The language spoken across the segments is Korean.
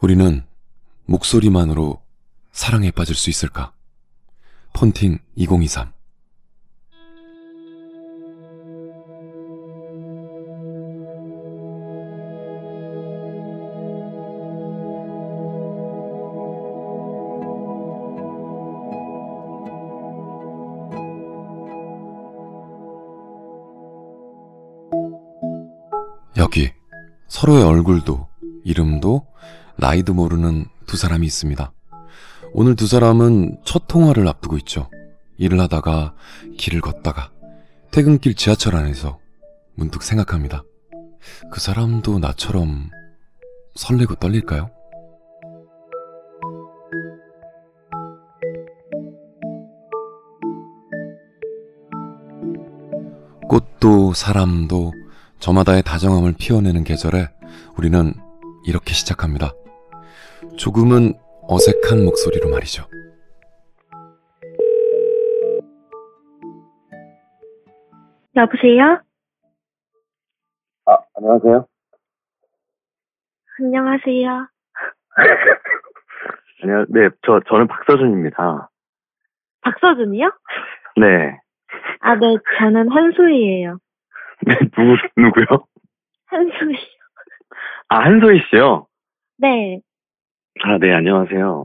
우리는 목소리만으로 사랑에 빠질 수 있을까? 폰팅 2023 여기 서로의 얼굴도 이름도 나이도 모르는 두 사람이 있습니다. 오늘 두 사람은 첫 통화를 앞두고 있죠. 일을 하다가 길을 걷다가 퇴근길 지하철 안에서 문득 생각합니다. 그 사람도 나처럼 설레고 떨릴까요? 꽃도 사람도 저마다의 다정함을 피워내는 계절에 우리는 이렇게 시작합니다. 조금은 어색한 목소리로 말이죠. 여보세요? 아, 안녕하세요. 안녕하세요. 안녕. 네, 저 저는 박서준입니다. 박서준이요? 네. 아, 네, 저는 한소희예요. 네, 누구 누구요? 한소희. 아, 한소희 씨요. 네, 아, 네, 안녕하세요.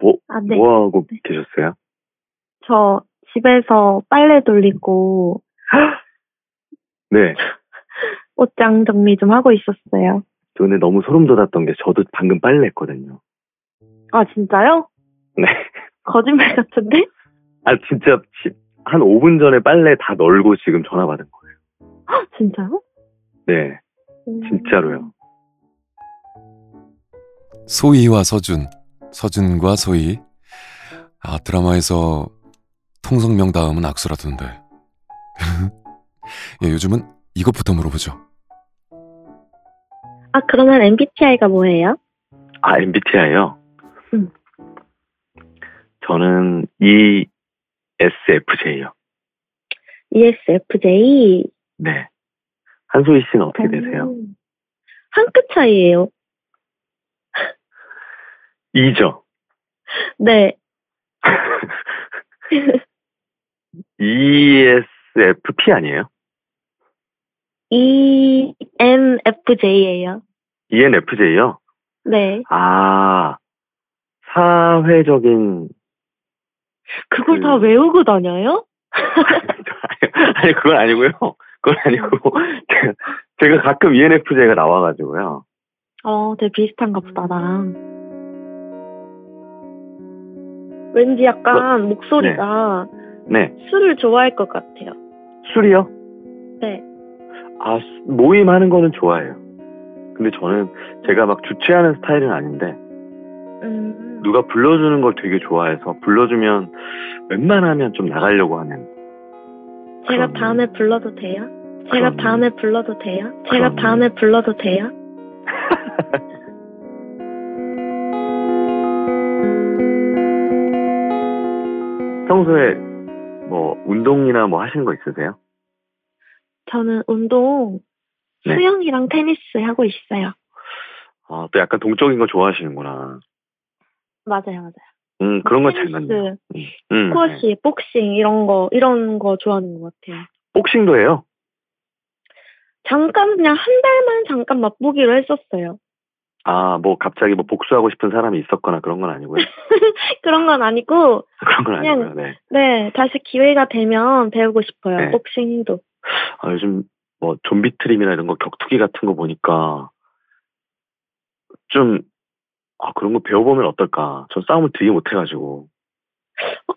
뭐 아, 네. 뭐 하고 네. 계셨어요? 저 집에서 빨래 돌리고 네. 옷장 정리 좀 하고 있었어요. 저 근데 너무 소름 돋았던 게 저도 방금 빨래 했거든요. 아, 진짜요? 네. 거짓말 같은데? 어, 아, 진짜 시- 한 5분 전에 빨래 다 널고 지금 전화 받은 거예요. 진짜요? 네. 음. 진짜로요. 소희와 서준, 서준과 소희. 아, 드라마에서 통성명 다음은 악수라던데. 예, 요즘은 이것부터 물어보죠. 아, 그러면 MBTI가 뭐예요? 아, MBTI요? 음. 저는 E ESFJ요. E ESFJ. 네. 한소희 씨는 어떻게 되세요? 음. 한끗 차이예요. 2죠. 네, E ESFP 아니에요? E ENFJ예요. E ENFJ요? 네, 아, 사회적인. 그걸 그- 다 외우고 다녀요? 아니, 그건 아니고요. 그건 아니고. 제가 가끔 E ENFJ가 나와가지고요. 어, 되게 비슷한가 보다, 나랑. 왠지 약간 목소리가 뭐, 네. 술을 좋아할 것 같아요. 술이요? 네. 아, 수- 모임 하는 거는 좋아해요. 근데 저는 제가 막 주최하는 스타일은 아닌데, 음, 누가 불러주는 걸 되게 좋아해서, 불러주면 웬만하면 좀 나가려고 하는. 제가 그러면- 다음에 불러도 돼요? 제가 그러면- 다음에 불러도 돼요? 제가 그러면- 다음에 불러도 돼요? 평소에 뭐, 운동이나 뭐 하시는 거 있으세요? 저는 운동, 네. 수영이랑 테니스 하고 있어요. 아, 또 약간 동적인 거 좋아하시는구나. 맞아요, 맞아요. 음, 그런 거 잘 맞네요. 테니스, 음, 스쿼시, 복싱, 이런 거, 이런 거 좋아하는 것 같아요. 복싱도 해요? 잠깐, 그냥 한 달만 잠깐 맛보기로 했었어요. 아, 뭐 갑자기 뭐 복수하고 싶은 사람이 있었거나 그런 건 아니고요. 그런 건 아니고, 그런 건 그냥- 아니고요. 네. 네, 다시 기회가 되면 배우고 싶어요. 네. 복싱도. 아, 요즘 뭐 좀비 트림이나 이런 거 격투기 같은 거 보니까 좀 아, 그런 거 배워보면 어떨까? 전 싸움을 되게 못해가지고.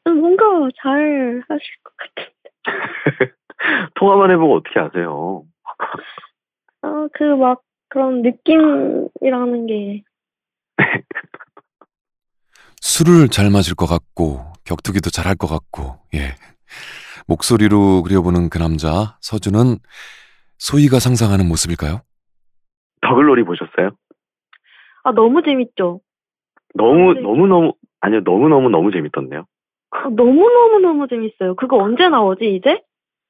어, 뭔가 잘 하실 것 같아. 통화만 해보고 어떻게 아세요? 아, 그 막 그런 느낌이라는 게. 술을 잘 마실 것 같고 격투기도 잘 할 것 같고 예 목소리로 그려보는 그 남자 서준은 소희가 상상하는 모습일까요? 더글놀이 보셨어요? 아, 너무 재밌죠? 너무, 네. 너무너무, 아니요, 너무너무 너무 재밌던데요? 아, 너무너무너무 재밌어요. 그거 언제 나오지, 이제?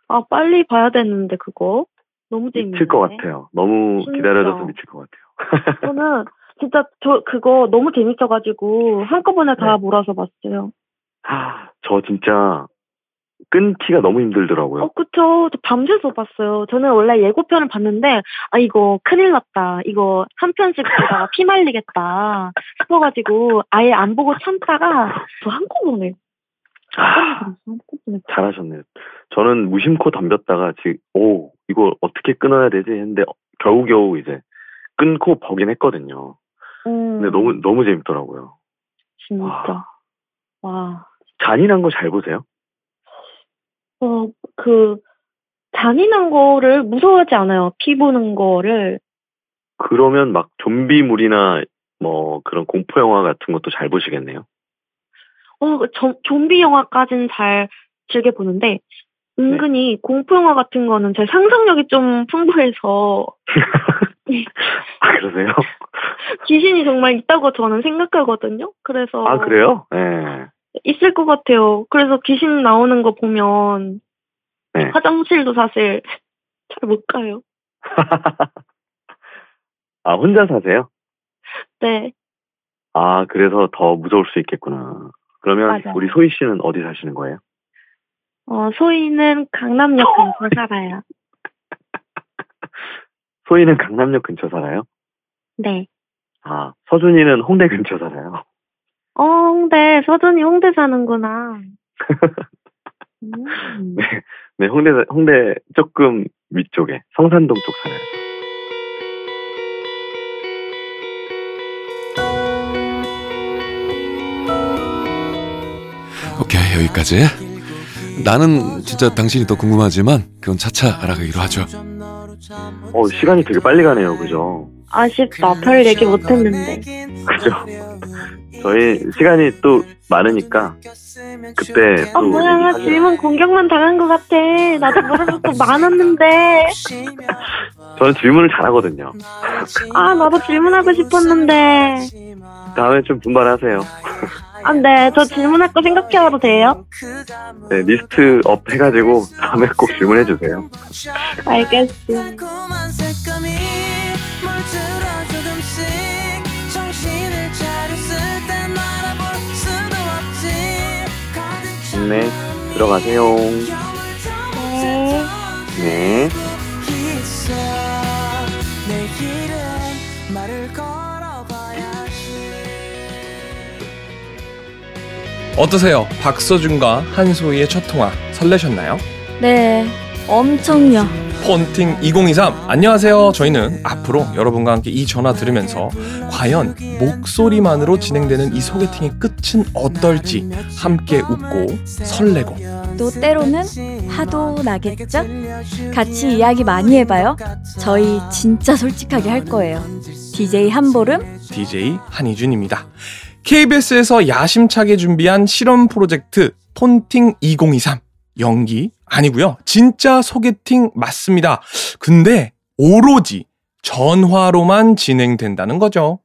아, 빨리 봐야 되는데, 그거. 너무 재밌네. 미칠 것 같아요. 너무 진짜. 기다려져서 미칠 것 같아요. 저는 진짜 저 그거 너무 재밌어가지고 한꺼번에 다 네. 몰아서 봤어요. 하, 아, 저 진짜 끊기가 너무 힘들더라고요. 어, 그쵸. 저 밤새서 봤어요. 저는 원래 예고편을 봤는데, 아, 이거 큰일 났다. 이거 한 편씩 보다가 피 말리겠다. 싶어가지고, 아예 안 보고 참다가, 저 한꺼번에, 아, 한꺼번에, 한꺼번에. 잘하셨네요. 저는 무심코 덤볐다가 지금 오 이거 어떻게 끊어야 되지 했는데 겨우겨우 이제 끊고 보긴 했거든요. 음, 근데 너무 너무 재밌더라고요. 진짜. 와. 잔인한 거 잘 보세요. 어, 그, 잔인한 거를 무서워하지 않아요. 피 보는 거를. 그러면 막 좀비물이나 뭐 그런 공포 영화 같은 것도 잘 보시겠네요. 어, 그 좀, 좀비 영화까지는 잘 즐겨보는데, 네. 은근히 공포영화 같은 거는 제 상상력이 좀 풍부해서, 아 그러세요? 귀신이 정말 있다고 저는 생각하거든요. 그래서 아 그래요? 예. 있을 것 같아요. 그래서 귀신 나오는 거 보면 네. 화장실도 사실 잘 못 가요. 아 혼자 사세요? 네, 아 그래서 더 무서울 수 있겠구나. 그러면 맞아요. 우리 소희 씨는 어디 사시는 거예요? 어, 소희는 강남역 어, 네. 근처 살아요. 소희는 강남역 근처 살아요? 네. 아 서준이는 홍대 근처 살아요. 어, 홍대 서준이 홍대 사는구나. 음. 네. 네 홍대 홍대 조금 위쪽에 성산동 쪽 살아요. 오케이 여기까지 나는 진짜 당신이 더 궁금하지만 그건 차차 알아가기로 하죠 어 시간이 되게 빨리 가네요, 그죠? 아쉽다. 별 네. 얘기 못 네. 했는데. 그죠? 저희 시간이 또 많으니까 그때 아, 또 뭐야. 나 얘기하기로. 질문 공격만 당한 것 같아. 나도 모르는 것도 많았는데. 저는 질문을 잘하거든요. 아, 나도 질문하고 싶었는데. 다음에 좀 분발하세요. 아, 네. 저 질문할 거 생각해와도 돼요? 네, 리스트 업 해가지고 다음에 꼭 질문해 주세요. 알겠어. 달콤한 색감이 물들어 조금씩 정신을 차렸을 땐 알아볼 수도 없지 가득 찬 네, 들어가세요. 겨울 네. 네. 있어 내일은 말을 걸어봐야지 어떠세요? 박서준과 한소희의 첫 통화 설레셨나요? 네, 엄청요. 폰팅 2023 안녕하세요. 저희는 앞으로 여러분과 함께 이 전화 들으면서 과연 목소리만으로 진행되는 이 소개팅의 끝은 어떨지 함께 웃고 설레고 또 때로는 화도 나겠죠? 같이 이야기 많이 해봐요. 저희 진짜 솔직하게 할 거예요. DJ 한보름, DJ 한희준입니다. KBS에서 야심차게 준비한 실험 프로젝트 폰팅 2023 연기 아니고요. 진짜 소개팅 맞습니다. 근데 오로지 전화로만 진행된다는 거죠.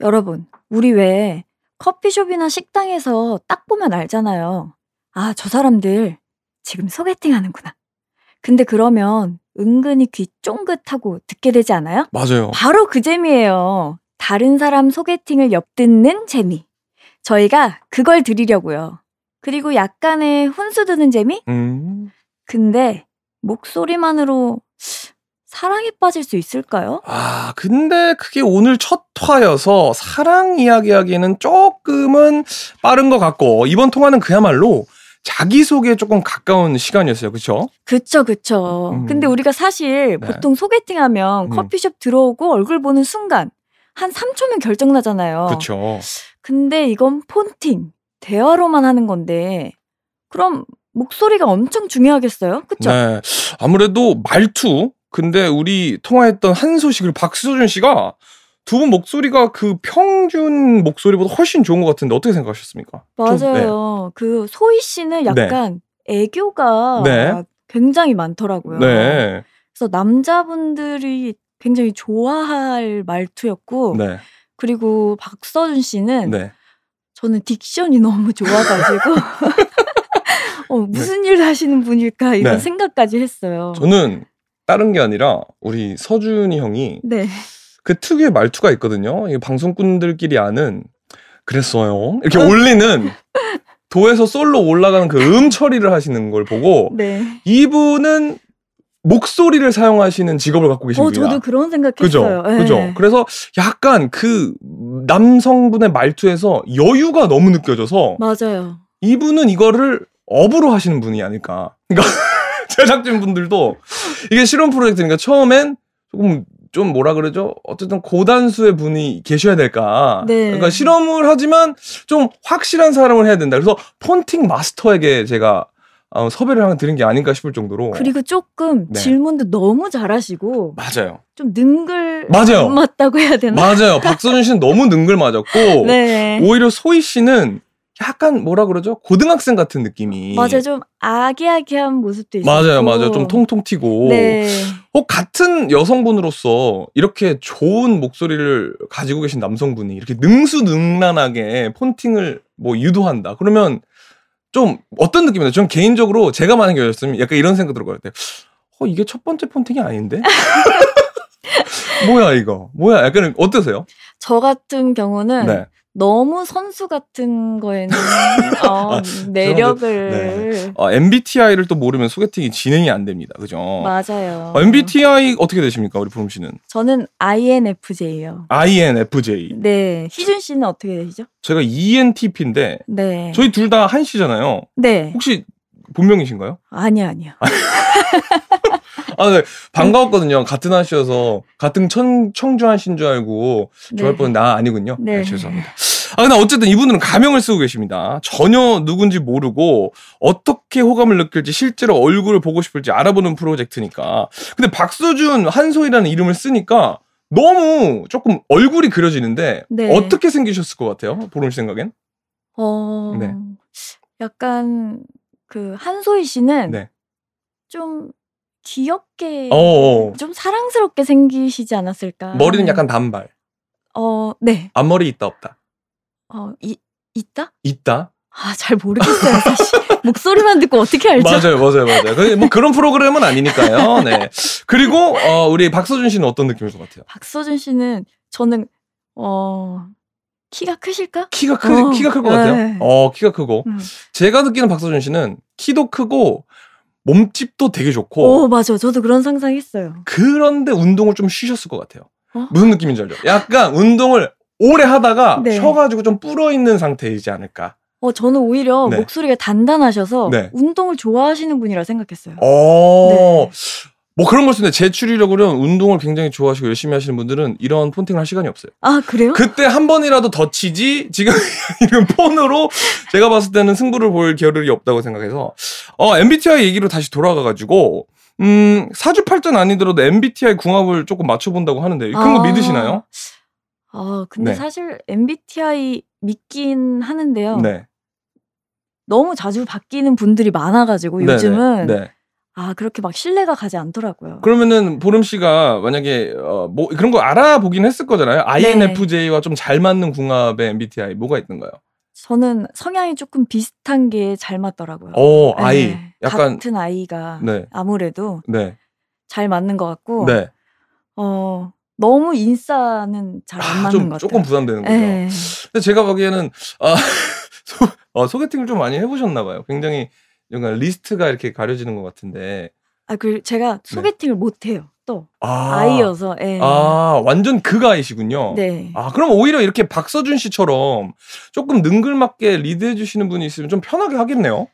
여러분, 우리 왜 커피숍이나 식당에서 딱 보면 알잖아요. 아, 저 사람들 지금 소개팅 하는구나. 근데 그러면 은근히 귀 쫑긋하고 듣게 되지 않아요? 맞아요. 바로 그 재미예요. 다른 사람 소개팅을 엿듣는 재미. 저희가 그걸 드리려고요. 그리고 약간의 훈수 드는 재미? 음. 근데 목소리만으로 사랑에 빠질 수 있을까요? 아, 근데 그게 오늘 첫 화여서 사랑 이야기하기에는 조금은 빠른 것 같고 이번 통화는 그야말로 자기소개에 조금 가까운 시간이었어요. 그렇죠? 그쵸, 그쵸. 음. 근데 우리가 사실 네. 보통 소개팅하면 음. 커피숍 들어오고 얼굴 보는 순간 한 3초면 결정나잖아요. 그렇죠. 근데 이건 폰팅, 대화로만 하는 건데 그럼 목소리가 엄청 중요하겠어요? 그쵸? 네. 아무래도 말투. 근데 우리 통화했던 한 소식을 박수준 씨가 두 분 목소리가 그 평균 목소리보다 훨씬 좋은 것 같은데 어떻게 생각하셨습니까? 맞아요. 좀, 네. 그 소희 씨는 약간 애교가 네. 굉장히 굉장히 많더라고요. 네. 그래서 남자분들이 굉장히 좋아할 말투였고 네. 그리고 박서준 씨는 네. 저는 딕션이 너무 좋아가지고 어, 무슨 일 하시는 분일까 이런 네. 생각까지 했어요. 저는 다른 게 아니라 우리 서준이 형이 네. 그 특유의 말투가 있거든요. 이 방송꾼들끼리 아는 그랬어요. 이렇게 올리는 도에서 솔로 올라가는 그 음 처리를 하시는 걸 보고 네. 이분은 목소리를 사용하시는 직업을 갖고 계신 어, 분이다. 저도 그런 생각했어요. 그죠? 예. 그죠? 그래서 약간 그 남성분의 말투에서 여유가 너무 느껴져서 맞아요. 이분은 이거를 업으로 하시는 분이 아닐까. 그러니까 제작진 분들도 이게 실험 프로젝트니까 처음엔 조금 좀 뭐라 그러죠? 어쨌든 고단수의 분이 계셔야 될까. 네. 그러니까 실험을 하지만 좀 확실한 사람을 해야 된다. 그래서 폰팅 마스터에게 제가 어, 섭외를 하나 드린 게 아닌가 싶을 정도로. 그리고 조금 어. 네. 질문도 너무 잘하시고 맞아요. 좀 능글 맞아요. 맞다고 해야 되나? 맞아요. 박서준 씨는 너무 능글 맞았고 네. 오히려 소희 씨는 약간 뭐라 그러죠? 고등학생 같은 느낌이. 맞아요. 좀 아기아기한 모습도 있고. 맞아요, 맞아요. 좀 통통 튀고. 네. 어, 같은 여성분으로서 이렇게 좋은 목소리를 가지고 계신 남성분이 이렇게 능수능란하게 폰팅을 뭐 유도한다. 그러면 좀 어떤 느낌이나요? 저는 개인적으로 제가 만약에 여였으면 약간 이런 생각 들을 것 같아요. 어, 이게 첫 번째 폰팅이 아닌데? 뭐야, 이거? 뭐야? 약간 어떠세요? 저 같은 경우는 네. 너무 선수 같은 거에는 어, 아, 매력을 어, MBTI를 또 모르면 소개팅이 진행이 안 됩니다. 그죠? 맞아요. 어, MBTI 어떻게 되십니까? 우리 보름 씨는? 저는 INFJ예요. INFJ. 네. 희준 씨는 어떻게 되시죠? 제가 E ENTP인데 네. 저희 둘 다 한씨잖아요. 네. 혹시 본명이신가요? 아니요, 아니요. 아, 네. 반가웠거든요. 같은 한씨여서 같은 청, 청주 한씨인 줄 알고 좋아할 뻔 나 아니군요. 네. 네, 죄송합니다. 아, 근데 어쨌든 이분은 가명을 쓰고 계십니다. 전혀 누군지 모르고 어떻게 호감을 느낄지 실제로 얼굴을 보고 싶을지 알아보는 프로젝트니까. 근데 박수준, 한소희라는 이름을 쓰니까 너무 조금 얼굴이 그려지는데 네. 어떻게 생기셨을 것 같아요? 보름 씨 생각엔? 어, 네. 약간 그 한소희 씨는 네. 좀 귀엽게 어. 좀 사랑스럽게 생기시지 않았을까? 머리는 약간 단발. 어, 네. 앞머리 있다 없다. 어, 이, 있다? 있다. 아, 잘 모르겠어요, 사실. 목소리만 듣고 어떻게 알죠? 맞아요, 맞아요, 맞아요. 그, 뭐 그런 프로그램은 아니니까요. 네. 그리고 어, 우리 박서준 씨는 어떤 느낌일 것 같아요? 박서준 씨는 저는 어, 키가 크실까? 키가 크 어, 키가 클 것 네. 같아요. 어, 키가 크고 음. 제가 느끼는 박서준 씨는 키도 크고 몸집도 되게 좋고 오, 맞아. 저도 그런 상상했어요. 그런데 운동을 좀 쉬셨을 것 같아요. 어? 무슨 느낌인지 알죠? 약간 운동을 오래 하다가 네. 쉬어가지고 좀 불어 있는 상태이지 않을까. 어, 저는 오히려 네. 목소리가 단단하셔서 네. 운동을 좋아하시는 분이라 생각했어요. 어. 네. 뭐 그런 걸 수는데 제 추리력으로는 운동을 굉장히 좋아하시고 열심히 하시는 분들은 이런 폰팅을 할 시간이 없어요. 아, 그래요? 그때 한 번이라도 더 치지 지금 이런 폰으로 제가 봤을 때는 승부를 볼 겨를이 없다고 생각해서 어 MBTI 얘기로 다시 돌아가 가지고 음 사주팔자는 아니더라도 MBTI 궁합을 조금 맞춰본다고 하는데 그런 거 아. 믿으시나요? 아, 근데 네. 사실 MBTI 믿긴 하는데요. 네. 너무 자주 바뀌는 분들이 많아가지고 네, 뭐 요즘은 네. 네. 아 그렇게 막 신뢰가 가지 않더라고요. 그러면은 보름 씨가 만약에 어, 뭐 그런 거 알아보긴 했을 거잖아요. 네, INFJ와 좀 잘 맞는 궁합의 MBTI 뭐가 있던가요? 저는 성향이 조금 비슷한 게 잘 맞더라고요. 어 네, 아이 약간 같은 아이가 네. 아무래도 네. 잘 맞는 것 같고 네. 어 너무 인싸는 잘 안 아, 맞는 좀 것 같아요. 조금 부담되는 거죠. 네. 근데 제가 보기에는 아, 소, 어, 소개팅을 좀 많이 해보셨나 봐요. 굉장히 약간 리스트가 이렇게 가려지는 것 같은데. 아그 제가 소개팅을 못 해요. 또 네. 아, 아, 이여서 예. 아 완전 그 아이시군요. 네. 아 그럼 오히려 이렇게 박서준 씨처럼 조금 능글맞게 리드해 주시는 분이 있으면 좀 편하게 하겠네요.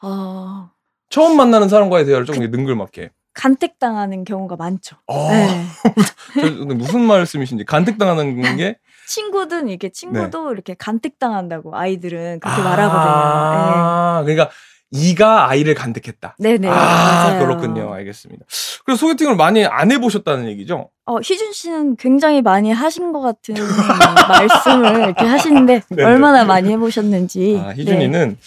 어, 처음 만나는 사람과의 대화를 그 조금 능글맞게. 간택당하는 경우가 많죠. 아, 네. 저- 근데 무슨 말씀이신지 간택당하는 게 친구든 이렇게 친구도 이렇게 간택당한다고 아이들은 그렇게 네. 아, 말하거든요. 예. 그러니까 이가 아이를 간택했다. 네. 네네. 아 맞아요. 그렇군요. 알겠습니다. 그리고 소개팅을 많이 안 해보셨다는 얘기죠? 어, 희준 씨는 굉장히 많이 하신 것 같은 말씀을 이렇게 하시는데 네네. 얼마나 많이 해보셨는지. 아, 네. 희준이는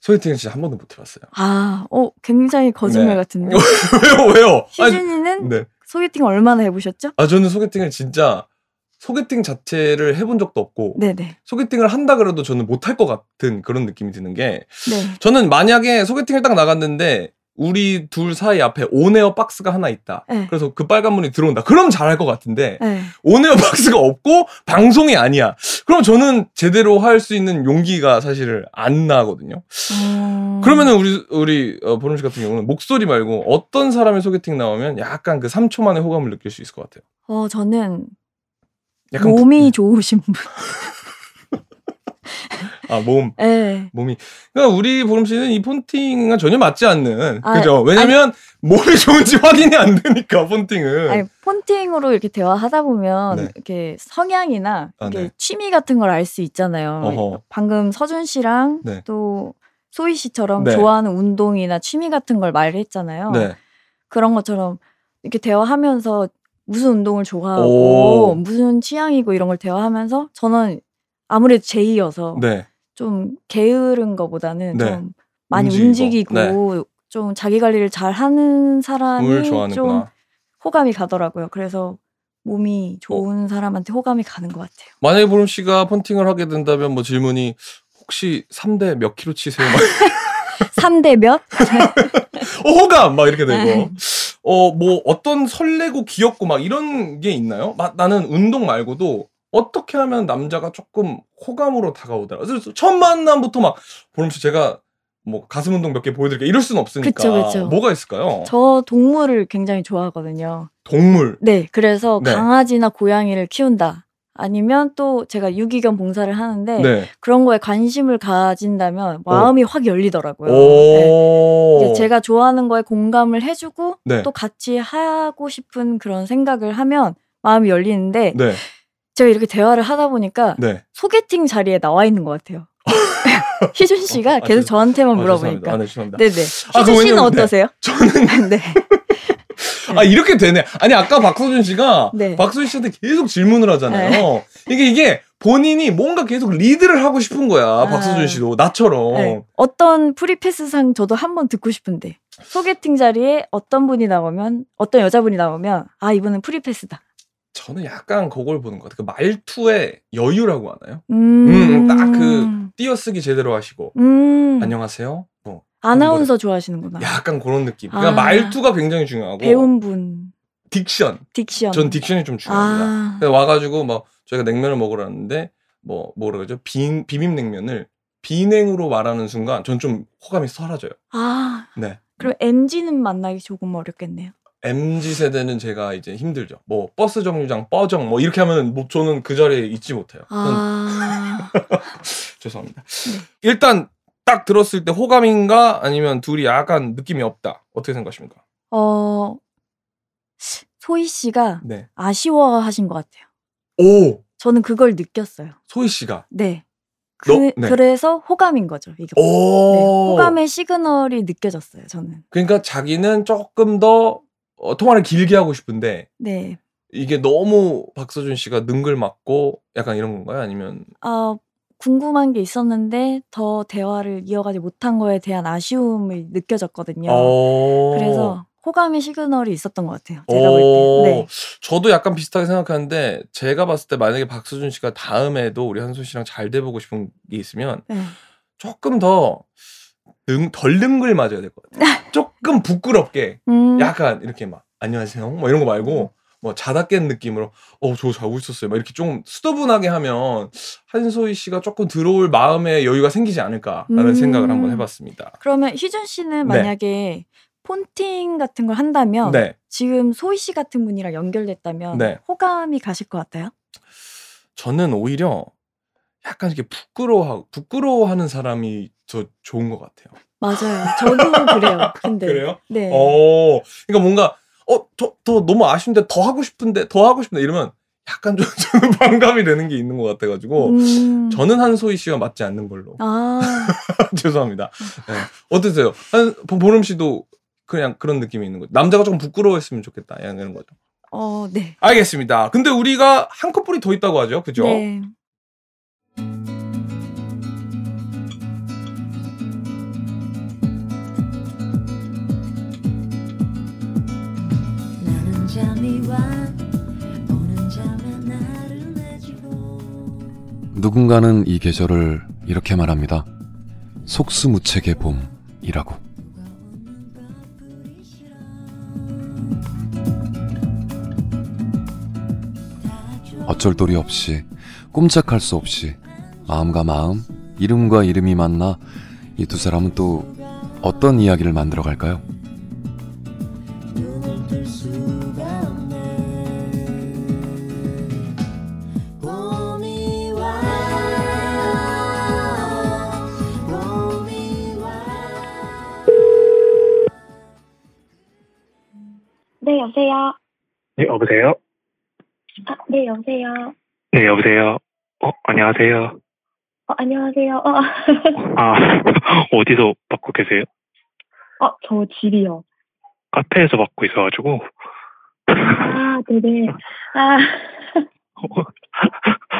소개팅을 진짜 한 번도 못 해봤어요. 아, 어, 굉장히 거짓말 네. 같은데. 왜요, 왜요? 아니, 희준이는 네. 소개팅 얼마나 해보셨죠? 아, 저는 소개팅을 진짜 소개팅 자체를 해본 적도 없고 네네. 소개팅을 한다 그래도 저는 못할 것 같은 그런 느낌이 드는 게 네. 저는 만약에 소개팅을 딱 나갔는데 우리 둘 사이 앞에 온에어 박스가 하나 있다. 네. 그래서 그 빨간 문이 들어온다. 그럼 잘할 것 같은데 네. 온에어 박스가 없고 방송이 아니야. 그럼 저는 제대로 할 수 있는 용기가 사실을 안 나거든요. 음. 그러면은 우리 우리 어, 보름 씨 같은 경우는 목소리 말고 어떤 사람의 소개팅 나오면 약간 그 3초 만에 호감을 느낄 수 있을 것 같아요. 어 저는 약간 그 몸이 좋으신 분. 아 몸. 네. 몸이 그러니까 우리 보름 씨는 이 폰팅과 전혀 맞지 않는 아, 그죠 왜냐면 몸이 좋은지 확인이 안 되니까 폰팅은 아니 폰팅으로 이렇게 대화하다 보면 네. 이렇게 성향이나 아, 이렇게 네. 취미 같은 걸 알 수 있잖아요. 예. 어허. 방금 서준 씨랑 네. 또 소희 씨처럼 네. 좋아하는 운동이나 취미 같은 걸 말했잖아요. 네. 그런 것처럼 이렇게 대화하면서 무슨 운동을 좋아하고 오. 무슨 취향이고 이런 걸 대화하면서 저는 아무래도 제이여서 네. 좀 게으른 거보다는 네. 좀 많이 움직이고. 움직이고, 좀 자기 관리를 잘 하는 물 사람이 좀 좋아하는구나. 어. 호감이 가더라고요. 그래서 몸이 좋은 사람한테 호감이 가는 것 같아요. 만약에 보름 씨가 폰팅을 하게 된다면 뭐 질문이 혹시 3대 몇 킬로 치세요? 막 3대 몇? 어, 호감 막 이렇게 네. 되고 어 뭐 어떤 설레고 귀엽고 막 이런 게 있나요? 막 나는 운동 말고도 어떻게 하면 남자가 조금 호감으로 다가오더라. 그래서 첫 만남부터 막 보름 씨 제가 뭐 가슴 운동 몇 개 보여드릴게 이럴 수는 없으니까 그쵸, 그쵸. 뭐가 있을까요? 저 동물을 굉장히 좋아하거든요. 동물 네, 그래서 네. 강아지나 고양이를 키운다. 아니면 또 제가 유기견 봉사를 하는데 네. 어. 그런 거에 관심을 가진다면 마음이 확 열리더라고요. 네. 오. 이게 제가 좋아하는 거에 공감을 해주고 네. 또 같이 하고 싶은 그런 생각을 하면 마음이 열리는데 네. 제가 이렇게 대화를 하다 보니까 네. 소개팅 자리에 나와 있는 것 같아요. 희준 씨가 아, 계속 죄송- 저한테만 아, 죄송합니다. 물어보니까. 아, 네, 죄송합니다. 네네. 아, 희준 씨는 그거는요? 네. 어떠세요? 저는 네. 아 이렇게 되네. 아니 아까 박서준 씨가 네. 박서준 씨한테 계속 질문을 하잖아요. 이게 이게 본인이 뭔가 계속 리드를 하고 싶은 거야. 박서준 씨도 나처럼. 아. 네. 어떤 프리패스상 저도 한번 듣고 싶은데 소개팅 자리에 어떤 분이 나오면 어떤 여자분이 나오면 아 이분은 프리패스다. 저는 약간 그걸 보는 것 같아요. 그 말투의 여유라고 하나요? 음, 음, 딱 그- 띄어쓰기 제대로 하시고 음, 안녕하세요. 뭐 아나운서 좋아하시는구나. 약간 그런 느낌. 그러니까 아. 말투가 굉장히 중요하고 배운 분 딕션. 딕션. 전 딕션이 좀 중요합니다. 아, 그래서 와가지고 뭐 저희가 냉면을 먹으러 왔는데 뭐 뭐라 그러죠? 빈 비빔 냉면을 비냉으로 말하는 순간 전 좀 호감이 사라져요. 아 네. 그럼 MG는 만나기 조금 어렵겠네요. MZ 세대는 제가 이제 힘들죠. 뭐 버스 정류장 뻐정 뭐 이렇게 하면은 뭐 저는 그 자리에 있지 못해요. 저는 아, 음. 죄송합니다. 네. 일단 딱 들었을 때 호감인가 아니면 둘이 약간 느낌이 없다. 어떻게 생각하십니까? 어 소희 씨가 네. 아쉬워하신 것 같아요. 오 저는 그걸 느꼈어요. 소희 씨가 네. 그, 너- 네. 래서 호감인 거죠. 이게 네, 오 호감의 시그널이 느껴졌어요. 저는. 그러니까 자기는 조금 더 어, 통화를 길게 하고 싶은데 네. 이게 너무 박서준 씨가 능글맞고 약간 이런 건가요? 아니면 아 궁금한 게 있었는데 더 대화를 이어가지 못한 거에 대한 아쉬움이 느껴졌거든요. 어. 그래서 호감의 시그널이 있었던 것 같아요. 제가 볼 때. 오, 네. 저도 약간 비슷하게 생각하는데 제가 봤을 때 만약에 박서준 씨가 다음에도 우리 한순 씨랑 잘 돼보고 싶은 게 있으면 네. 조금 더 능, 덜 능글 맞아야 될 것 같아요. 조금 부끄럽게 음, 약간 이렇게 막 안녕하세요 뭐 이런 거 말고 뭐 자다 깬 느낌으로 어저 자고 있었어요 막 이렇게 좀 수더분하게 하면 한소희 씨가 조금 들어올 마음의 여유가 생기지 않을까라는 음. 생각을 한번 해봤습니다. 그러면 희준 씨는 네. 만약에 폰팅 같은 걸 한다면 네. 지금 소희 씨 같은 분이랑 연결됐다면 네. 호감이 가실 것 같아요. 저는 오히려 약간 이렇게 부끄러워 부끄러워하는 사람이 저 좋은 것 같아요. 맞아요. 저도 그래요. 근데 그래요? 네. 어, 그러니까 뭔가 어더 더 너무 아쉬운데 더 하고 싶은데 더 하고 싶은데 이러면 약간 좀 저는 반감이 되는 게 있는 것 같아가지고 음, 저는 한소희 씨와 맞지 않는 걸로 아 죄송합니다. 네. 어떠세요? 한 보- 보름 씨도 그냥 그런 느낌이 있는 거죠. 남자가 좀 부끄러워했으면 좋겠다 약간 이런 거죠. 어, 네. 알겠습니다. 근데 우리가 한 커플이 더 있다고 하죠, 그죠? 네. 나는 잠이 와 오는 잠에 나를 내주고 누군가는 이 계절을 이렇게 말합니다. 속수무책의 봄이라고. 누가 오는 밤 절돌이 없이 꼼짝할 수 없이 마음과 마음, 이름과 이름이 만나 이 두 사람은 또 어떤 이야기를 만들어 갈까요? 눈을 뜰 수가 없네 봄이 와 봄이 와 네, 여보세요. 네, 여보세요? 아, 네, 여보세요. 네, 여보세요? 어, 안녕하세요. 어, 안녕하세요. 어, 아, 어디서 받고 계세요? 어, 저 지리요. 카페에서 받고 있어가지고. 아, 네네. 아,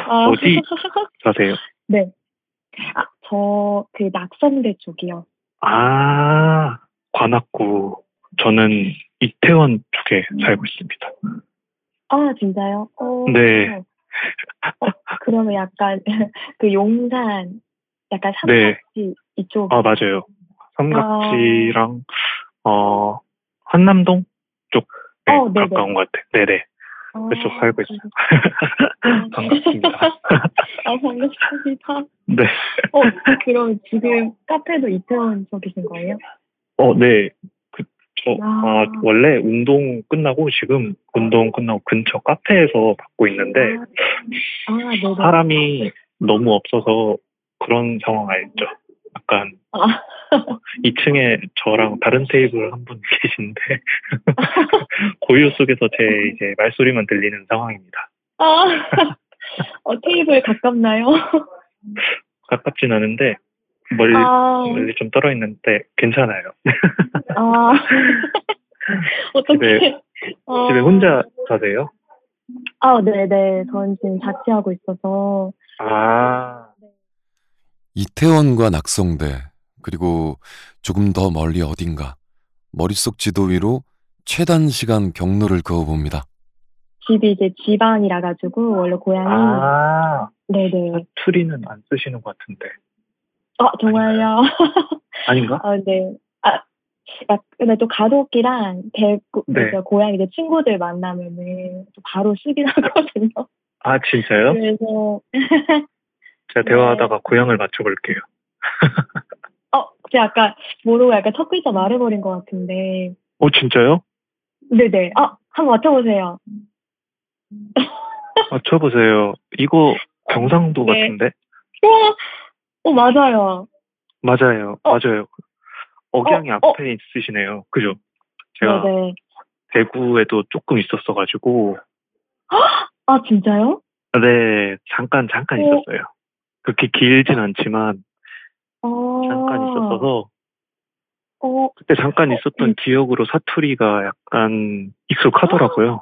아. 어, 어디? 사세요? 네. 아, 저, 그, 낙선대 쪽이요. 아, 관악구. 저는 이태원 쪽에 살고 있습니다. 아, 진짜요? 어, 네. 어, 그러면 약간, 그 용산, 약간 네. 삼각지 이쪽. 아, 맞아요. 삼각지랑, 어, 한남동 쪽. 에 어, 네네. 가까운 것 같아요. 네네. 아, 그쪽 살고 있어요. 아, 반갑습니다. 아, 반갑습니다. 네. 어, 그럼 지금 카페도 이태원 쪽이신 거예요? 어, 네. 그, 저, 아. 아, 원래 운동 끝나고 지금 운동 끝나고 근처 카페에서 받고 있는데 아, 네네. 사람이 너무 없어서 그런 상황 알죠? 약간 아. 2층에 저랑 다른 테이블 한 분 계신데 고요 속에서 제 이제 말소리만 들리는 상황입니다. 아, 어, 테이블 가깝나요? 가깝진 않은데 멀리 아, 멀리 좀 떨어 있는데 괜찮아요. 아. 어떻게? 집에- 집에 혼자 사세요? 아, 네네. 전 지금 자취하고 있어서. 아, 이태원과 낙성대 그리고 조금 더 멀리 어딘가 머릿속 지도 위로 최단 시간 경로를 그어봅니다. 집이 이제 지방이라 가지고 원래 고향이 아. 네네 사투리는 안 쓰시는 것 같은데 어 정말요 아닌가? 어네아 근데 또 가족이랑 대구 네. 이제 고향 이제 친구들 만나면은 또 바로 쓰긴 하거든요 아 진짜요? 네. 그래서 제가 대화하다가 고향을 맞춰볼게요. 어 제가 아까 모르고 약간 첫 글자 말해버린 것 같은데 어 진짜요? 네네 아 한번 맞춰보세요 맞춰보세요. 아, 이거 경상도 네. 같은데 우와 어 맞아요 맞아요, 어. 맞아요. 억양이 어, 앞에 있으시네요. 그죠? 제가 네네 대구에도 조금 있었어가지고 아 진짜요 네 잠깐 잠깐 어. 있었어요. 그렇게 길진 않지만 어 잠깐 있었어서 어 음. 그때 잠깐 있었던 기억으로 사투리가 약간 익숙하더라고요.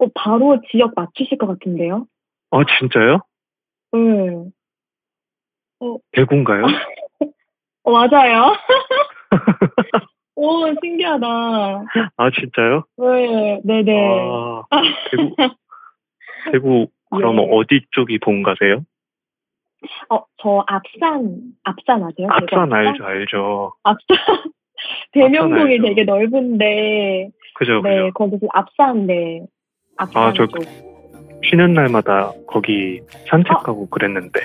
어, 바로 지역 맞추실 것 같은데요 네. 아 진짜요? 응 대구인가요? 어, 맞아요. 오, 신기하다. 아 진짜요? 네, 네네. 아, 대구, 대구 그럼 예. 어디 쪽이 본가세요? 어, 저 압산, 압산 아세요? 대구 앞산 알죠, 알죠. 압산. 대명동이 압산 알죠. 되게 넓은데, 그죠, 네, 그죠. 거기서 압산, 네. 압산 아, 저- 쪽. 쉬는 날마다 거기 산책하고 어? 그랬는데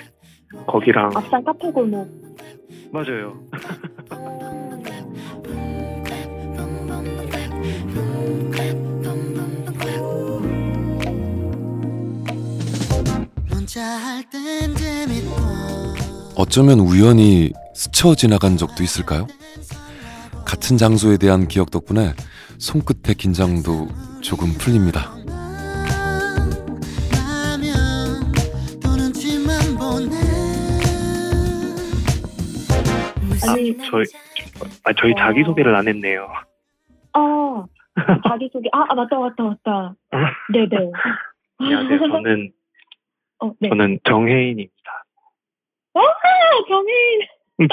거기랑 압산 카페 골목. 맞아요. 혼자 할땐 재밌고 어쩌면 우연히 스쳐 지나간 적도 있을까요? 같은 장소에 대한 기억 덕분에 손끝의 긴장도 조금 풀립니다. 라면 또 눈치만 보네 아니, 저희 아, 저희 어. 자기 소개를 안 했네요. 아, 자기소개. 아, 아, 맞다, 맞다, 맞다. 네네. 안녕하세요. 저는 어, 네. 저는 정혜인입니다. 아, 정인!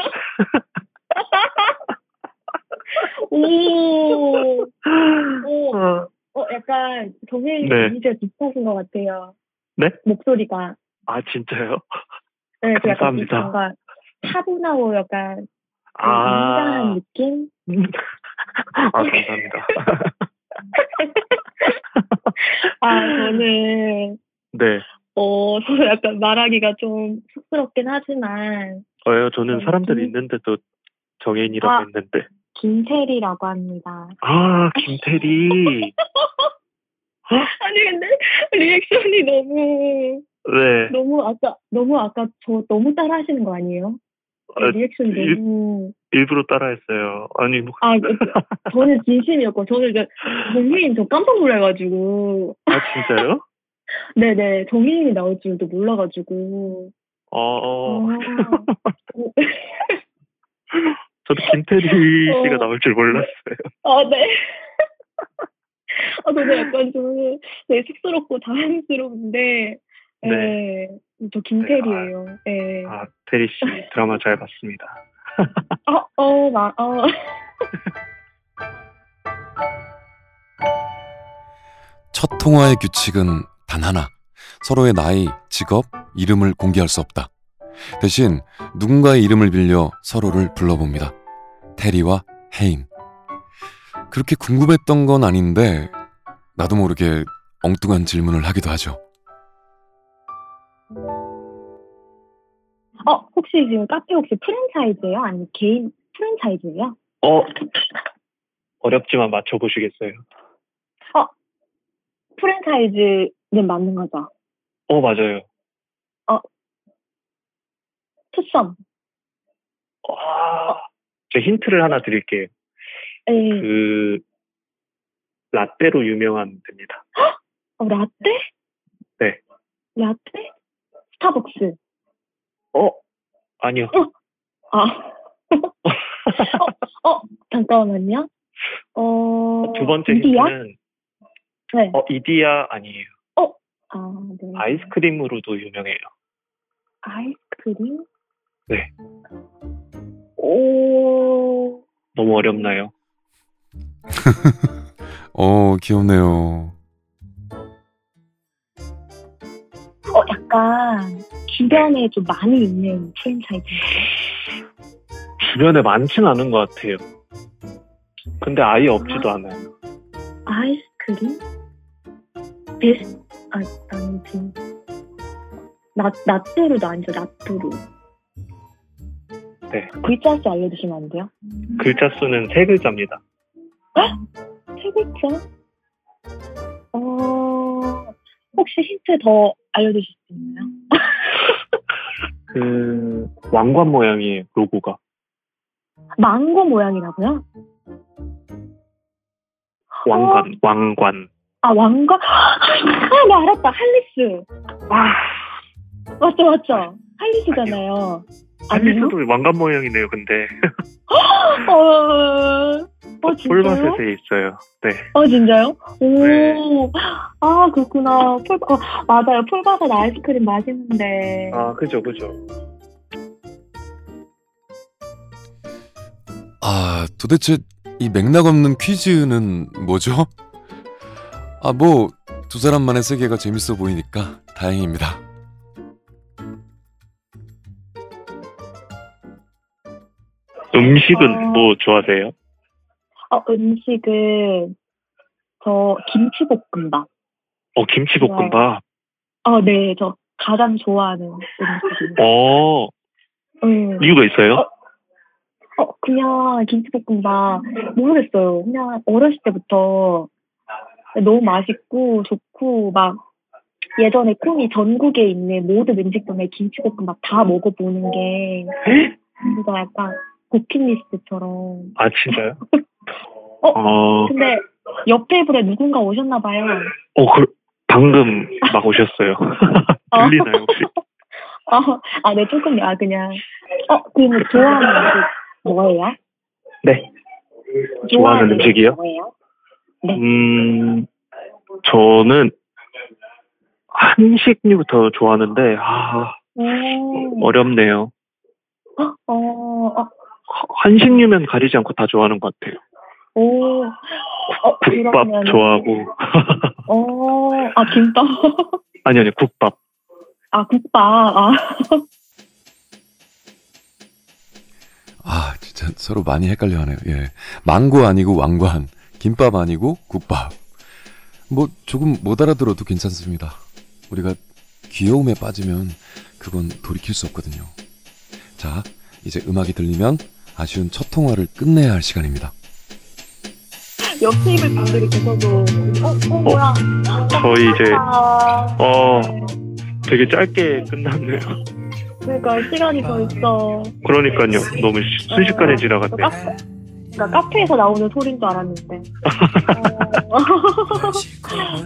어. 오, 오, 어, 약간 정혜인 네. 이미지가 비슷하신 것 같아요. 네? 목소리가. 아 진짜요? 네, 그 약간 감사합니다. 좀 뭔가 차분하고 약간 아, 인간한 느낌? 아 감사합니다. 아, 저는 네. 어, 저도 약간 말하기가 좀 쑥스럽긴 하지만 어, 저는 사람들 음. 있는데도 정혜인이라고 아. 했는데. 김태리라고 합니다. 아, 김태리. 아니 근데 리액션이 너무 네. 너무 아까 너무 아까 저 너무 따라하시는 거 아니에요? 아, 리액션 일- 너무 일부러 따라했어요. 아니, 뭐. 아 그- 저는 진심이었고 저는 이제 정희님 저 깜짝 놀라가지고 아, 진짜요? 네네 정희님이 나올 줄도 몰라가지고 어, 어. 아, 저도 김태리 어. 씨가 나올 줄 몰랐어요. 아 네. 아 저도 약간 좀 네, 쑥스럽고 당황스러운데 네. 저 김태리예요. 네. 아, 태리 씨 드라마 잘 봤습니다. 어, 어, 나, 어. 첫 통화의 규칙은 단 하나. 서로의 나이, 직업, 이름을 공개할 수 없다. 대신 누군가의 이름을 빌려 서로를 불러봅니다. 테리와 헤인. 그렇게 궁금했던 건 아닌데, 나도 모르게 엉뚱한 질문을 하기도 하죠. 어, 혹시 지금 카페 혹시 프랜차이즈예요? 아니 개인 프랜차이즈예요? 어, 어렵지만 맞춰보시겠어요? 프랜차이즈는 맞는 거죠. 어, 맞아요. 투썸. 와, 저 힌트를 하나 드릴게요. 예. 그, 라떼로 유명한 데입니다. 어, 라떼? 네. 라떼? 스타벅스. 어? 아니요. 아. 어, 어, 잠깐만요. 어. 두 번째 이디야? 힌트는, 네. 어, 이디야 아니에요. 아, 네. 아이스크림으로도 유명해요. 아이스크림? 네. 오. 어, 너무 어렵나요? 어, 귀엽네요. 어, 약간 주변에 좀 많이 있는 프랜차이즈. 주변에 많진 않은 것 같아요. 근데 아예 없지도 않아요. 아이스크림? 베스, 아, 아니지. 나, 나뚜루도 아니죠, 나뚜루. 네. 글자 수 알려주시면 안 돼요? 글자 수는 세 글자입니다. 세 글자? 어, 혹시 힌트 더 알려주실 수 있나요? 그, 왕관 모양이에요, 로고가. 망고 모양이라고요? 왕관, 왕관. 아, 왕과? 아, 나 알았다. 할리스. 아, 맞죠, 맞죠? 할리스잖아요. 아니요? 할리스도 왕관 모양이네요, 근데. 어, 어, 진짜요? 폴마셋에 있어요. 네. 어, 진짜요? 오, 네. 아, 그렇구나. 폴, 어, 맞아요. 폴바다 아이스크림 맛있는데. 아, 그죠, 그죠. 아, 도대체 이 맥락 없는 퀴즈는 뭐죠? 아, 뭐, 두 사람만의 세계가 재밌어 보이니까 다행입니다. 음식은 아. 뭐 좋아하세요? 어, 음식은, 저, 김치볶음밥. 어, 김치볶음밥. 어, 네. 저 가장 좋아하는 음식이에요. 어, 음. 이유가 있어요? 어, 그냥 김치볶음밥 모르겠어요. 그냥 어렸을 때부터 너무 맛있고 좋고 막 예전에 꿈이 전국에 있는 모든 음식점에 김치볶음밥 다 먹어보는 게 진짜 약간 버킷리스트처럼. 아, 진짜요? 어? 어, 근데 옆 테이블에 누군가 오셨나 봐요. 어, 그, 방금 막 오셨어요. 어. 들리나요, 혹시? 어, 아, 네, 조금, 아, 그냥. 어, 그럼 좋아하는 음식 뭐예요? 네. 좋아하는 음식이요? 뭐예요? 음, 저는 한식류부터 좋아하는데, 아, 음, 어렵네요. 어, 어, 한식류면 가리지 않고 다 좋아하는 것 같아요. 오, 어, 국밥 그러면, 좋아하고 어, 아, 김밥. 아니 아니 국밥 아, 국밥. 아, 아, 진짜 서로 많이 헷갈려 하네요. 예. 망고 아니고 왕관, 김밥 아니고 국밥. 뭐, 조금 못 알아들어도 괜찮습니다. 우리가 귀여움에 빠지면 그건 돌이킬 수 없거든요. 자, 이제 음악이 들리면 아쉬운 첫 통화를 끝내야 할 시간입니다. 옆 테이블 방들이 계셔도 어, 어 뭐야? 저희 이제 아, 어 되게 짧게 끝났네요. 그러니까 시간이 더 있어. 그러니까요. 너무 시- 순식간에 지나갔네. 요 카페, 그러니까 카페에서 나오는 소리인 줄 알았는데. 어.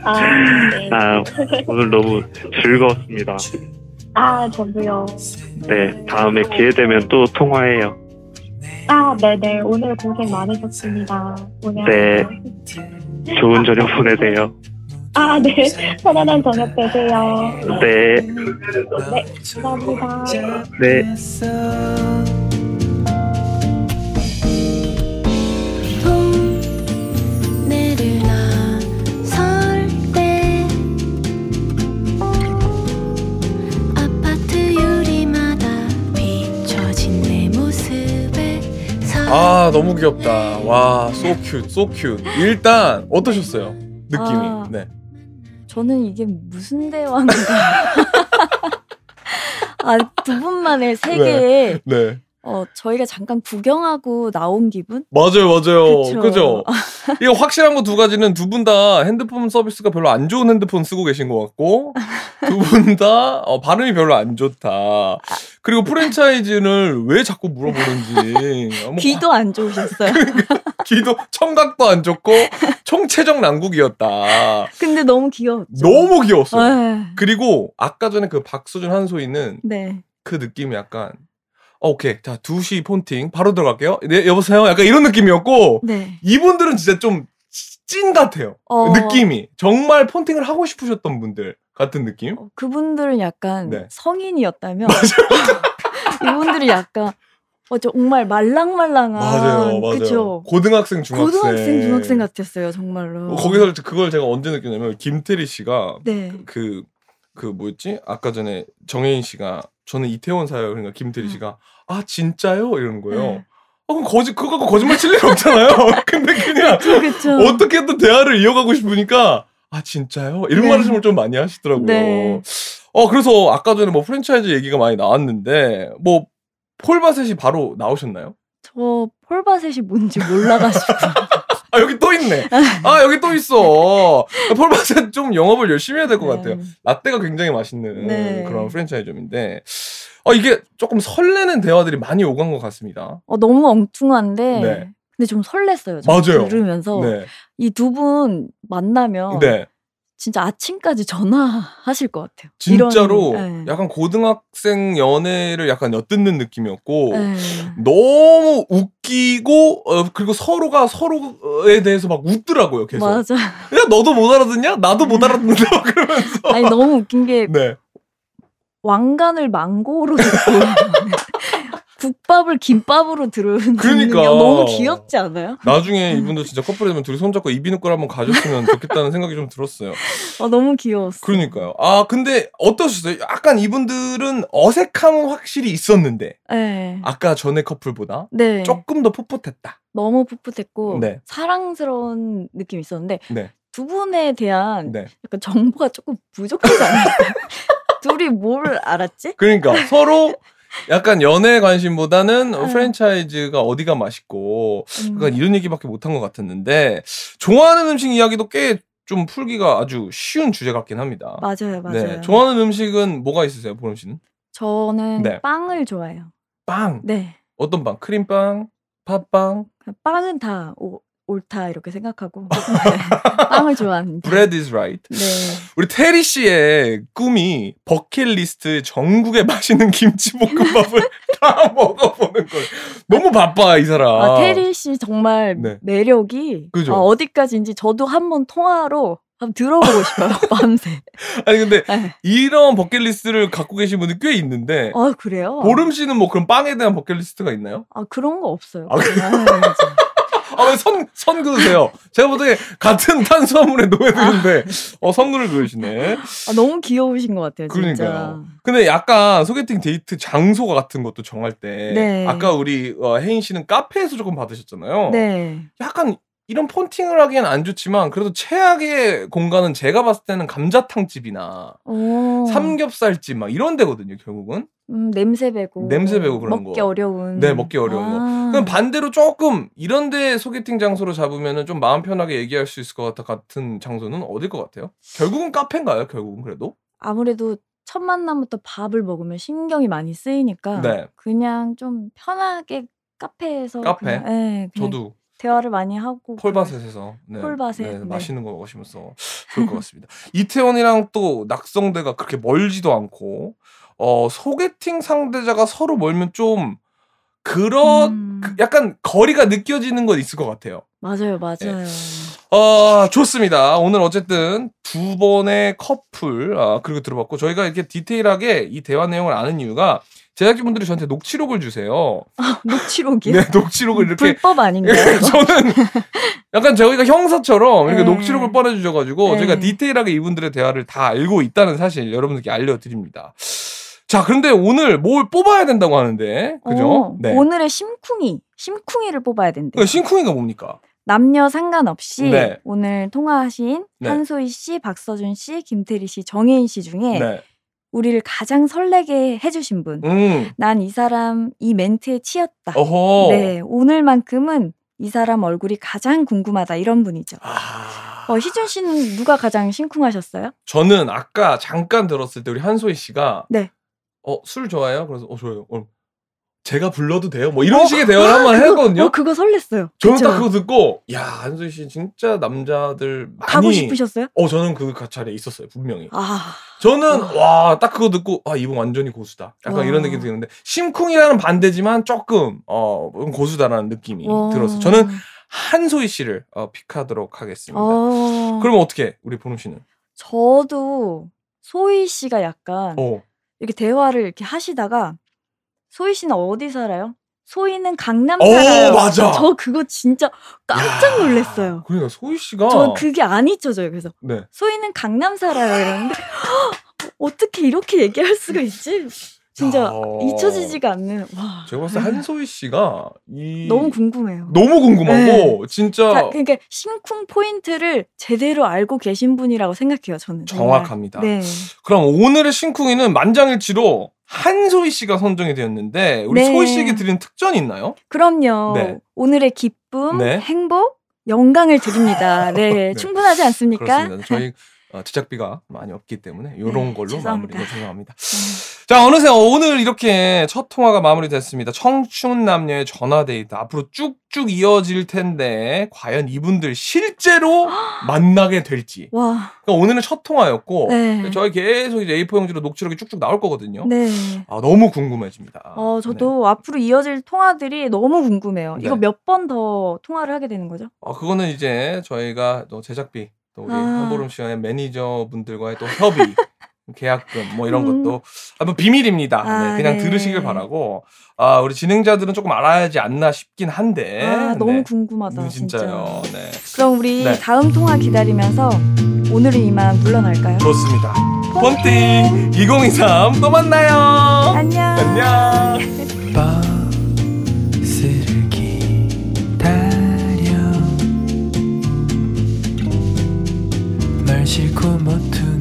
아, 네. 아 오늘 너무 즐거웠습니다. 아, 저도요. 네 다음에 기회 되면 또 통화해요. 아, 네네. 오늘 고생 많으셨습니다. 오늘 네. 좋은 저녁 보내세요. 아, 네. 편안한 저녁 되세요. 네. 감사합니다. 네. 동네를 나설 때 아파트 유리마다 비춰진 내 모습에 아 너무 귀엽다. 와, so cute, so cute. 일단 어떠셨어요? 느낌이. 아. 네. 저는 이게 무슨 대화인가. 아, 두 분만의 세계에 네. 어, 저희가 잠깐 구경하고 나온 기분? 맞아요, 맞아요. 그쵸. 그죠? 이거 확실한 거 두 가지는 두 분 다 핸드폰 서비스가 별로 안 좋은 핸드폰 쓰고 계신 것 같고, 두 분 다 어, 발음이 별로 안 좋다. 그리고 프랜차이즈는 왜 자꾸 물어보는지. 뭐 귀도 안 좋으셨어요. 귀도, 청각도 안 좋고, 총체적 난국이었다. 근데 너무 귀여웠죠. 너무 귀여웠어요. 에, 그리고 아까 전에 그 박수준 한소희는 네. 그 느낌이 약간 어, 오케이 자 2시 폰팅 바로 들어갈게요 네 여보세요 약간 이런 느낌이었고 네. 이분들은 진짜 좀 찐 같아요 어. 느낌이 정말 폰팅을 하고 싶으셨던 분들 같은 느낌 어, 그분들은 약간 네. 성인이었다면 이분들이 약간 어, 정말 말랑말랑한 맞아요 맞아요 그쵸? 고등학생 중학생 고등학생 중학생 같았어요 정말로. 어, 거기서 그걸 제가 언제 느꼈냐면 김태리 씨가 네. 그 그 뭐였지 아까 전에 정혜인 씨가 저는 이태원 사요 그러니까 김태리 음. 씨가 아 진짜요 이러는 거예요 네. 어 그럼 거짓 그거 갖고 거짓말 칠 일 없잖아요 근데 그냥 그렇죠. 어떻게든 대화를 이어가고 싶으니까 아 진짜요? 이런 네. 말씀을 좀 많이 하시더라고요. 네. 어 그래서 아까 전에 뭐 프랜차이즈 얘기가 많이 나왔는데 뭐 폴바셋이 바로 나오셨나요? 저 폴바셋이 뭔지 몰라가지고. 아 여기 또 있네. 아 여기 또 있어. 폴바셋 좀 영업을 열심히 해야 될 것 같아요. 라떼가 굉장히 맛있는 네. 그런 프랜차이즈점인데 어 이게 조금 설레는 대화들이 많이 오간 것 같습니다. 어, 너무 엉뚱한데. 네. 근데 좀 설렜어요. 어. 좀 맞아요. 들으면서 네. 이 두 분 만나면 네. 진짜 아침까지 전화하실 것 같아요. 이런, 진짜로 네. 약간 고등학생 연애를 약간 엿듣는 느낌이었고 네. 너무 웃기고 어, 그리고 서로가 서로에 대해서 막 웃더라고요 계속. 맞아. 야 너도 못 알아듣냐? 나도 못 알아듣는다 그러면서. 아니 너무 웃긴 게 네. 왕관을 망고로 듣고 국밥을 김밥으로 들은 그러니까. 너무 귀엽지 않아요? 나중에 이분들 진짜 커플이 되면 둘이 손잡고 이비인후과를 한번 가셨으면 좋겠다는 생각이 좀 들었어요. 어, 너무 귀여웠어. 그러니까요. 아 근데 어떠셨어요? 약간 이분들은 어색함은 확실히 있었는데 네. 아까 전에 커플보다 네. 조금 더 풋풋했다. 너무 풋풋했고 네. 사랑스러운 느낌이 있었는데 네. 두 분에 대한 네. 약간 정보가 조금 부족하지 않았어요? 둘이 뭘 알았지? 그러니까 서로 약간 연애 관심보다는 음. 프랜차이즈가 어디가 맛있고 음, 약간 그러니까 이런 얘기밖에 못한 것 같았는데 좋아하는 음식 이야기도 꽤 좀 풀기가 아주 쉬운 주제 같긴 합니다. 맞아요, 맞아요. 네, 좋아하는 음식은 뭐가 있으세요, 보름 씨는? 저는 네. 빵을 좋아해요. 빵. 네. 어떤 빵? 크림빵, 팥빵, 그냥 빵은 다 오- 옳다 이렇게 생각하고 네. 빵을 좋아합니다. bread is right. 네. 우리 테리 씨의 꿈이 버킷리스트 전국의 맛있는 김치볶음밥을 다 먹어보는 걸. 너무 바빠 이 사람. 아, 테리 씨 정말 네. 매력이 그죠? 아, 어디까지인지 저도 한번 통화로 한번 들어보고 싶어요. 밤새. 아니 근데 네. 이런 버킷리스트를 갖고 계신 분이 꽤 있는데 아 그래요? 보름 씨는 뭐 그런 빵에 대한 버킷리스트가 있나요? 아 그런 거 없어요. 아, 그래요? 그냥, 아, 진짜. 아, 왜 선, 선 그으세요? 제가 보기에 같은 탄수화물에 노예들인데, 어, 선글을 그으시네. 아, 너무 귀여우신 것 같아요. 진짜. 그러니까요. 근데 약간 소개팅 데이트 장소 같은 것도 정할 때, 네. 아까 우리 어, 혜인 씨는 카페에서 조금 받으셨잖아요. 네. 약간 이런 폰팅을 하기엔 안 좋지만 그래도 최악의 공간은 제가 봤을 때는 감자탕집이나 오. 삼겹살집 막 이런 데거든요 결국은 어. 음, 냄새 배고 냄새 배고 그런 먹기 거. 어려운 네, 먹기 어려운 거. 아. 그럼 반대로 조금 이런 데 소개팅 장소로 잡으면은 좀 마음 편하게 얘기할 수 있을 것 같아 같은 장소는 어딜 것 같아요? 결국은 카페인가요? 결국은 그래도? 아무래도 첫 만남부터 밥을 먹으면 신경이 많이 쓰이니까 네. 그냥 좀 편하게 카페에서 카페? 그냥, 예, 그냥 저도 대화를 많이 하고 네. 콜바셋에서 네, 콜바셋, 네, 네. 맛있는 거 먹으시면서 좋을 것 같습니다. 이태원이랑 또 낙성대가 그렇게 멀지도 않고 어 소개팅 상대자가 서로 멀면 좀 그런 음, 그 약간 거리가 느껴지는 건 있을 것 같아요. 예. 맞아요 맞아요 어, 좋습니다. 오늘 어쨌든 두 번의 커플, 아, 그리고 들어봤고, 저희가 이렇게 디테일하게 이 대화 내용을 아는 이유가 제작진분들이 저한테 녹취록을 주세요. 녹취록이요 네, 녹취록을 이렇게. 불법 아닌가요? 예, 저는 약간 저희가 형사처럼 이렇게 네. 녹취록을 뻔해주셔가지고 네. 저희가 디테일하게 이분들의 대화를 다 알고 있다는 사실 여러분들께 알려드립니다. 자, 그런데 오늘 뭘 뽑아야 된다고 하는데, 그죠? 어, 오, 네. 오늘의 심쿵이 심쿵이를 뽑아야 된대요. 그 심쿵이가 뭡니까? 남녀 상관없이 네. 오늘 통화하신 네. 한소희 씨, 박서준 씨, 김태리 씨, 정혜인 씨 중에 네. 우리를 가장 설레게 해주신 분. 음. 난 이 사람 이 멘트에 치였다. 어허. 네, 오늘만큼은 이 사람 얼굴이 가장 궁금하다 이런 분이죠. 아. 어, 희준 씨는 누가 가장 심쿵하셨어요? 저는 아까 잠깐 들었을 때 우리 한소희 씨가 네. 어 술 좋아해요? 그래서 어 좋아요. 어, 제가 불러도 돼요? 뭐 이런 식의 대화를 한번 했거든요. 어, 그거 설렜어요. 저는 그쵸? 딱 그거 듣고 야 한소희 씨 진짜 남자들 많이 가고 싶으셨어요? 어 저는 그 자리에 있었어요 분명히. 아, 저는 와 딱 그거 듣고 아 이분 완전히 고수다. 약간 와. 이런 느낌이 드는데 심쿵이라는 반대지만 조금 어 고수다라는 느낌이 와. 들었어요. 저는 한소희 씨를 어, 픽하도록 하겠습니다. 어, 그러면 어떻게 우리 보름 씨는? 저도 소희 씨가 약간 어. 이렇게 대화를 이렇게 하시다가 소희 씨는 어디 살아요? 소희는 강남 오, 살아요. 어, 맞아. 저 그거 진짜 깜짝 야, 놀랐어요. 그러니까 소희 씨가 저 그게 안 잊혀져요. 그래서 네. 소희는 강남 살아요 이러는데 어떻게 이렇게 얘기할 수가 있지? 진짜 야. 잊혀지지가 않는 와 제가 봤을 때 한소희 씨가 이 너무 궁금해요. 너무 궁금하고 진짜 자, 그러니까 심쿵 포인트를 제대로 알고 계신 분이라고 생각해요. 저는 정말. 정확합니다. 네. 그럼 오늘의 심쿵이는 만장일치로 한소희 씨가 선정이 되었는데 우리 네. 소희 씨에게 드리는 특전이 있나요? 그럼요. 네. 오늘의 기쁨, 네. 행복, 영광을 드립니다. 네, 네. 충분하지 않습니까? 그렇습니다. 저희 어, 제작비가 많이 없기 때문에 이런 네, 걸로 죄송합니다. 음. 마무리를 생각합니다. 자 어느새 오늘 이렇게 첫 통화가 마무리됐습니다. 청춘 남녀의 전화 데이트 앞으로 쭉쭉 이어질 텐데 과연 이분들 실제로 만나게 될지. 와, 그러니까 오늘은 첫 통화였고 네. 저희 계속 이제 A4 용지로 녹취록이 쭉쭉 나올 거거든요. 네. 아 너무 궁금해집니다. 어, 저도 앞으로 이어질 통화들이 너무 궁금해요. 이거 네. 몇 번 더 통화를 하게 되는 거죠? 어, 그거는 이제 저희가 또 제작비 또 우리 아. 한보름 씨와의 매니저분들과의 또 협의 계약금 뭐 이런 음. 것도 한번 비밀입니다. 아, 네, 그냥 네. 들으시길 바라고 아 우리 진행자들은 조금 알아야지 않나 싶긴 한데 아, 너무 네. 궁금하다. 진짜. 진짜요. 네 그럼 우리 네. 다음 통화 기다리면서 오늘은 이만 물러날까요? 그렇습니다. 펀팅 2023 또 만나요. 안녕. 안녕. 버스를 기다려 말 싫고 모두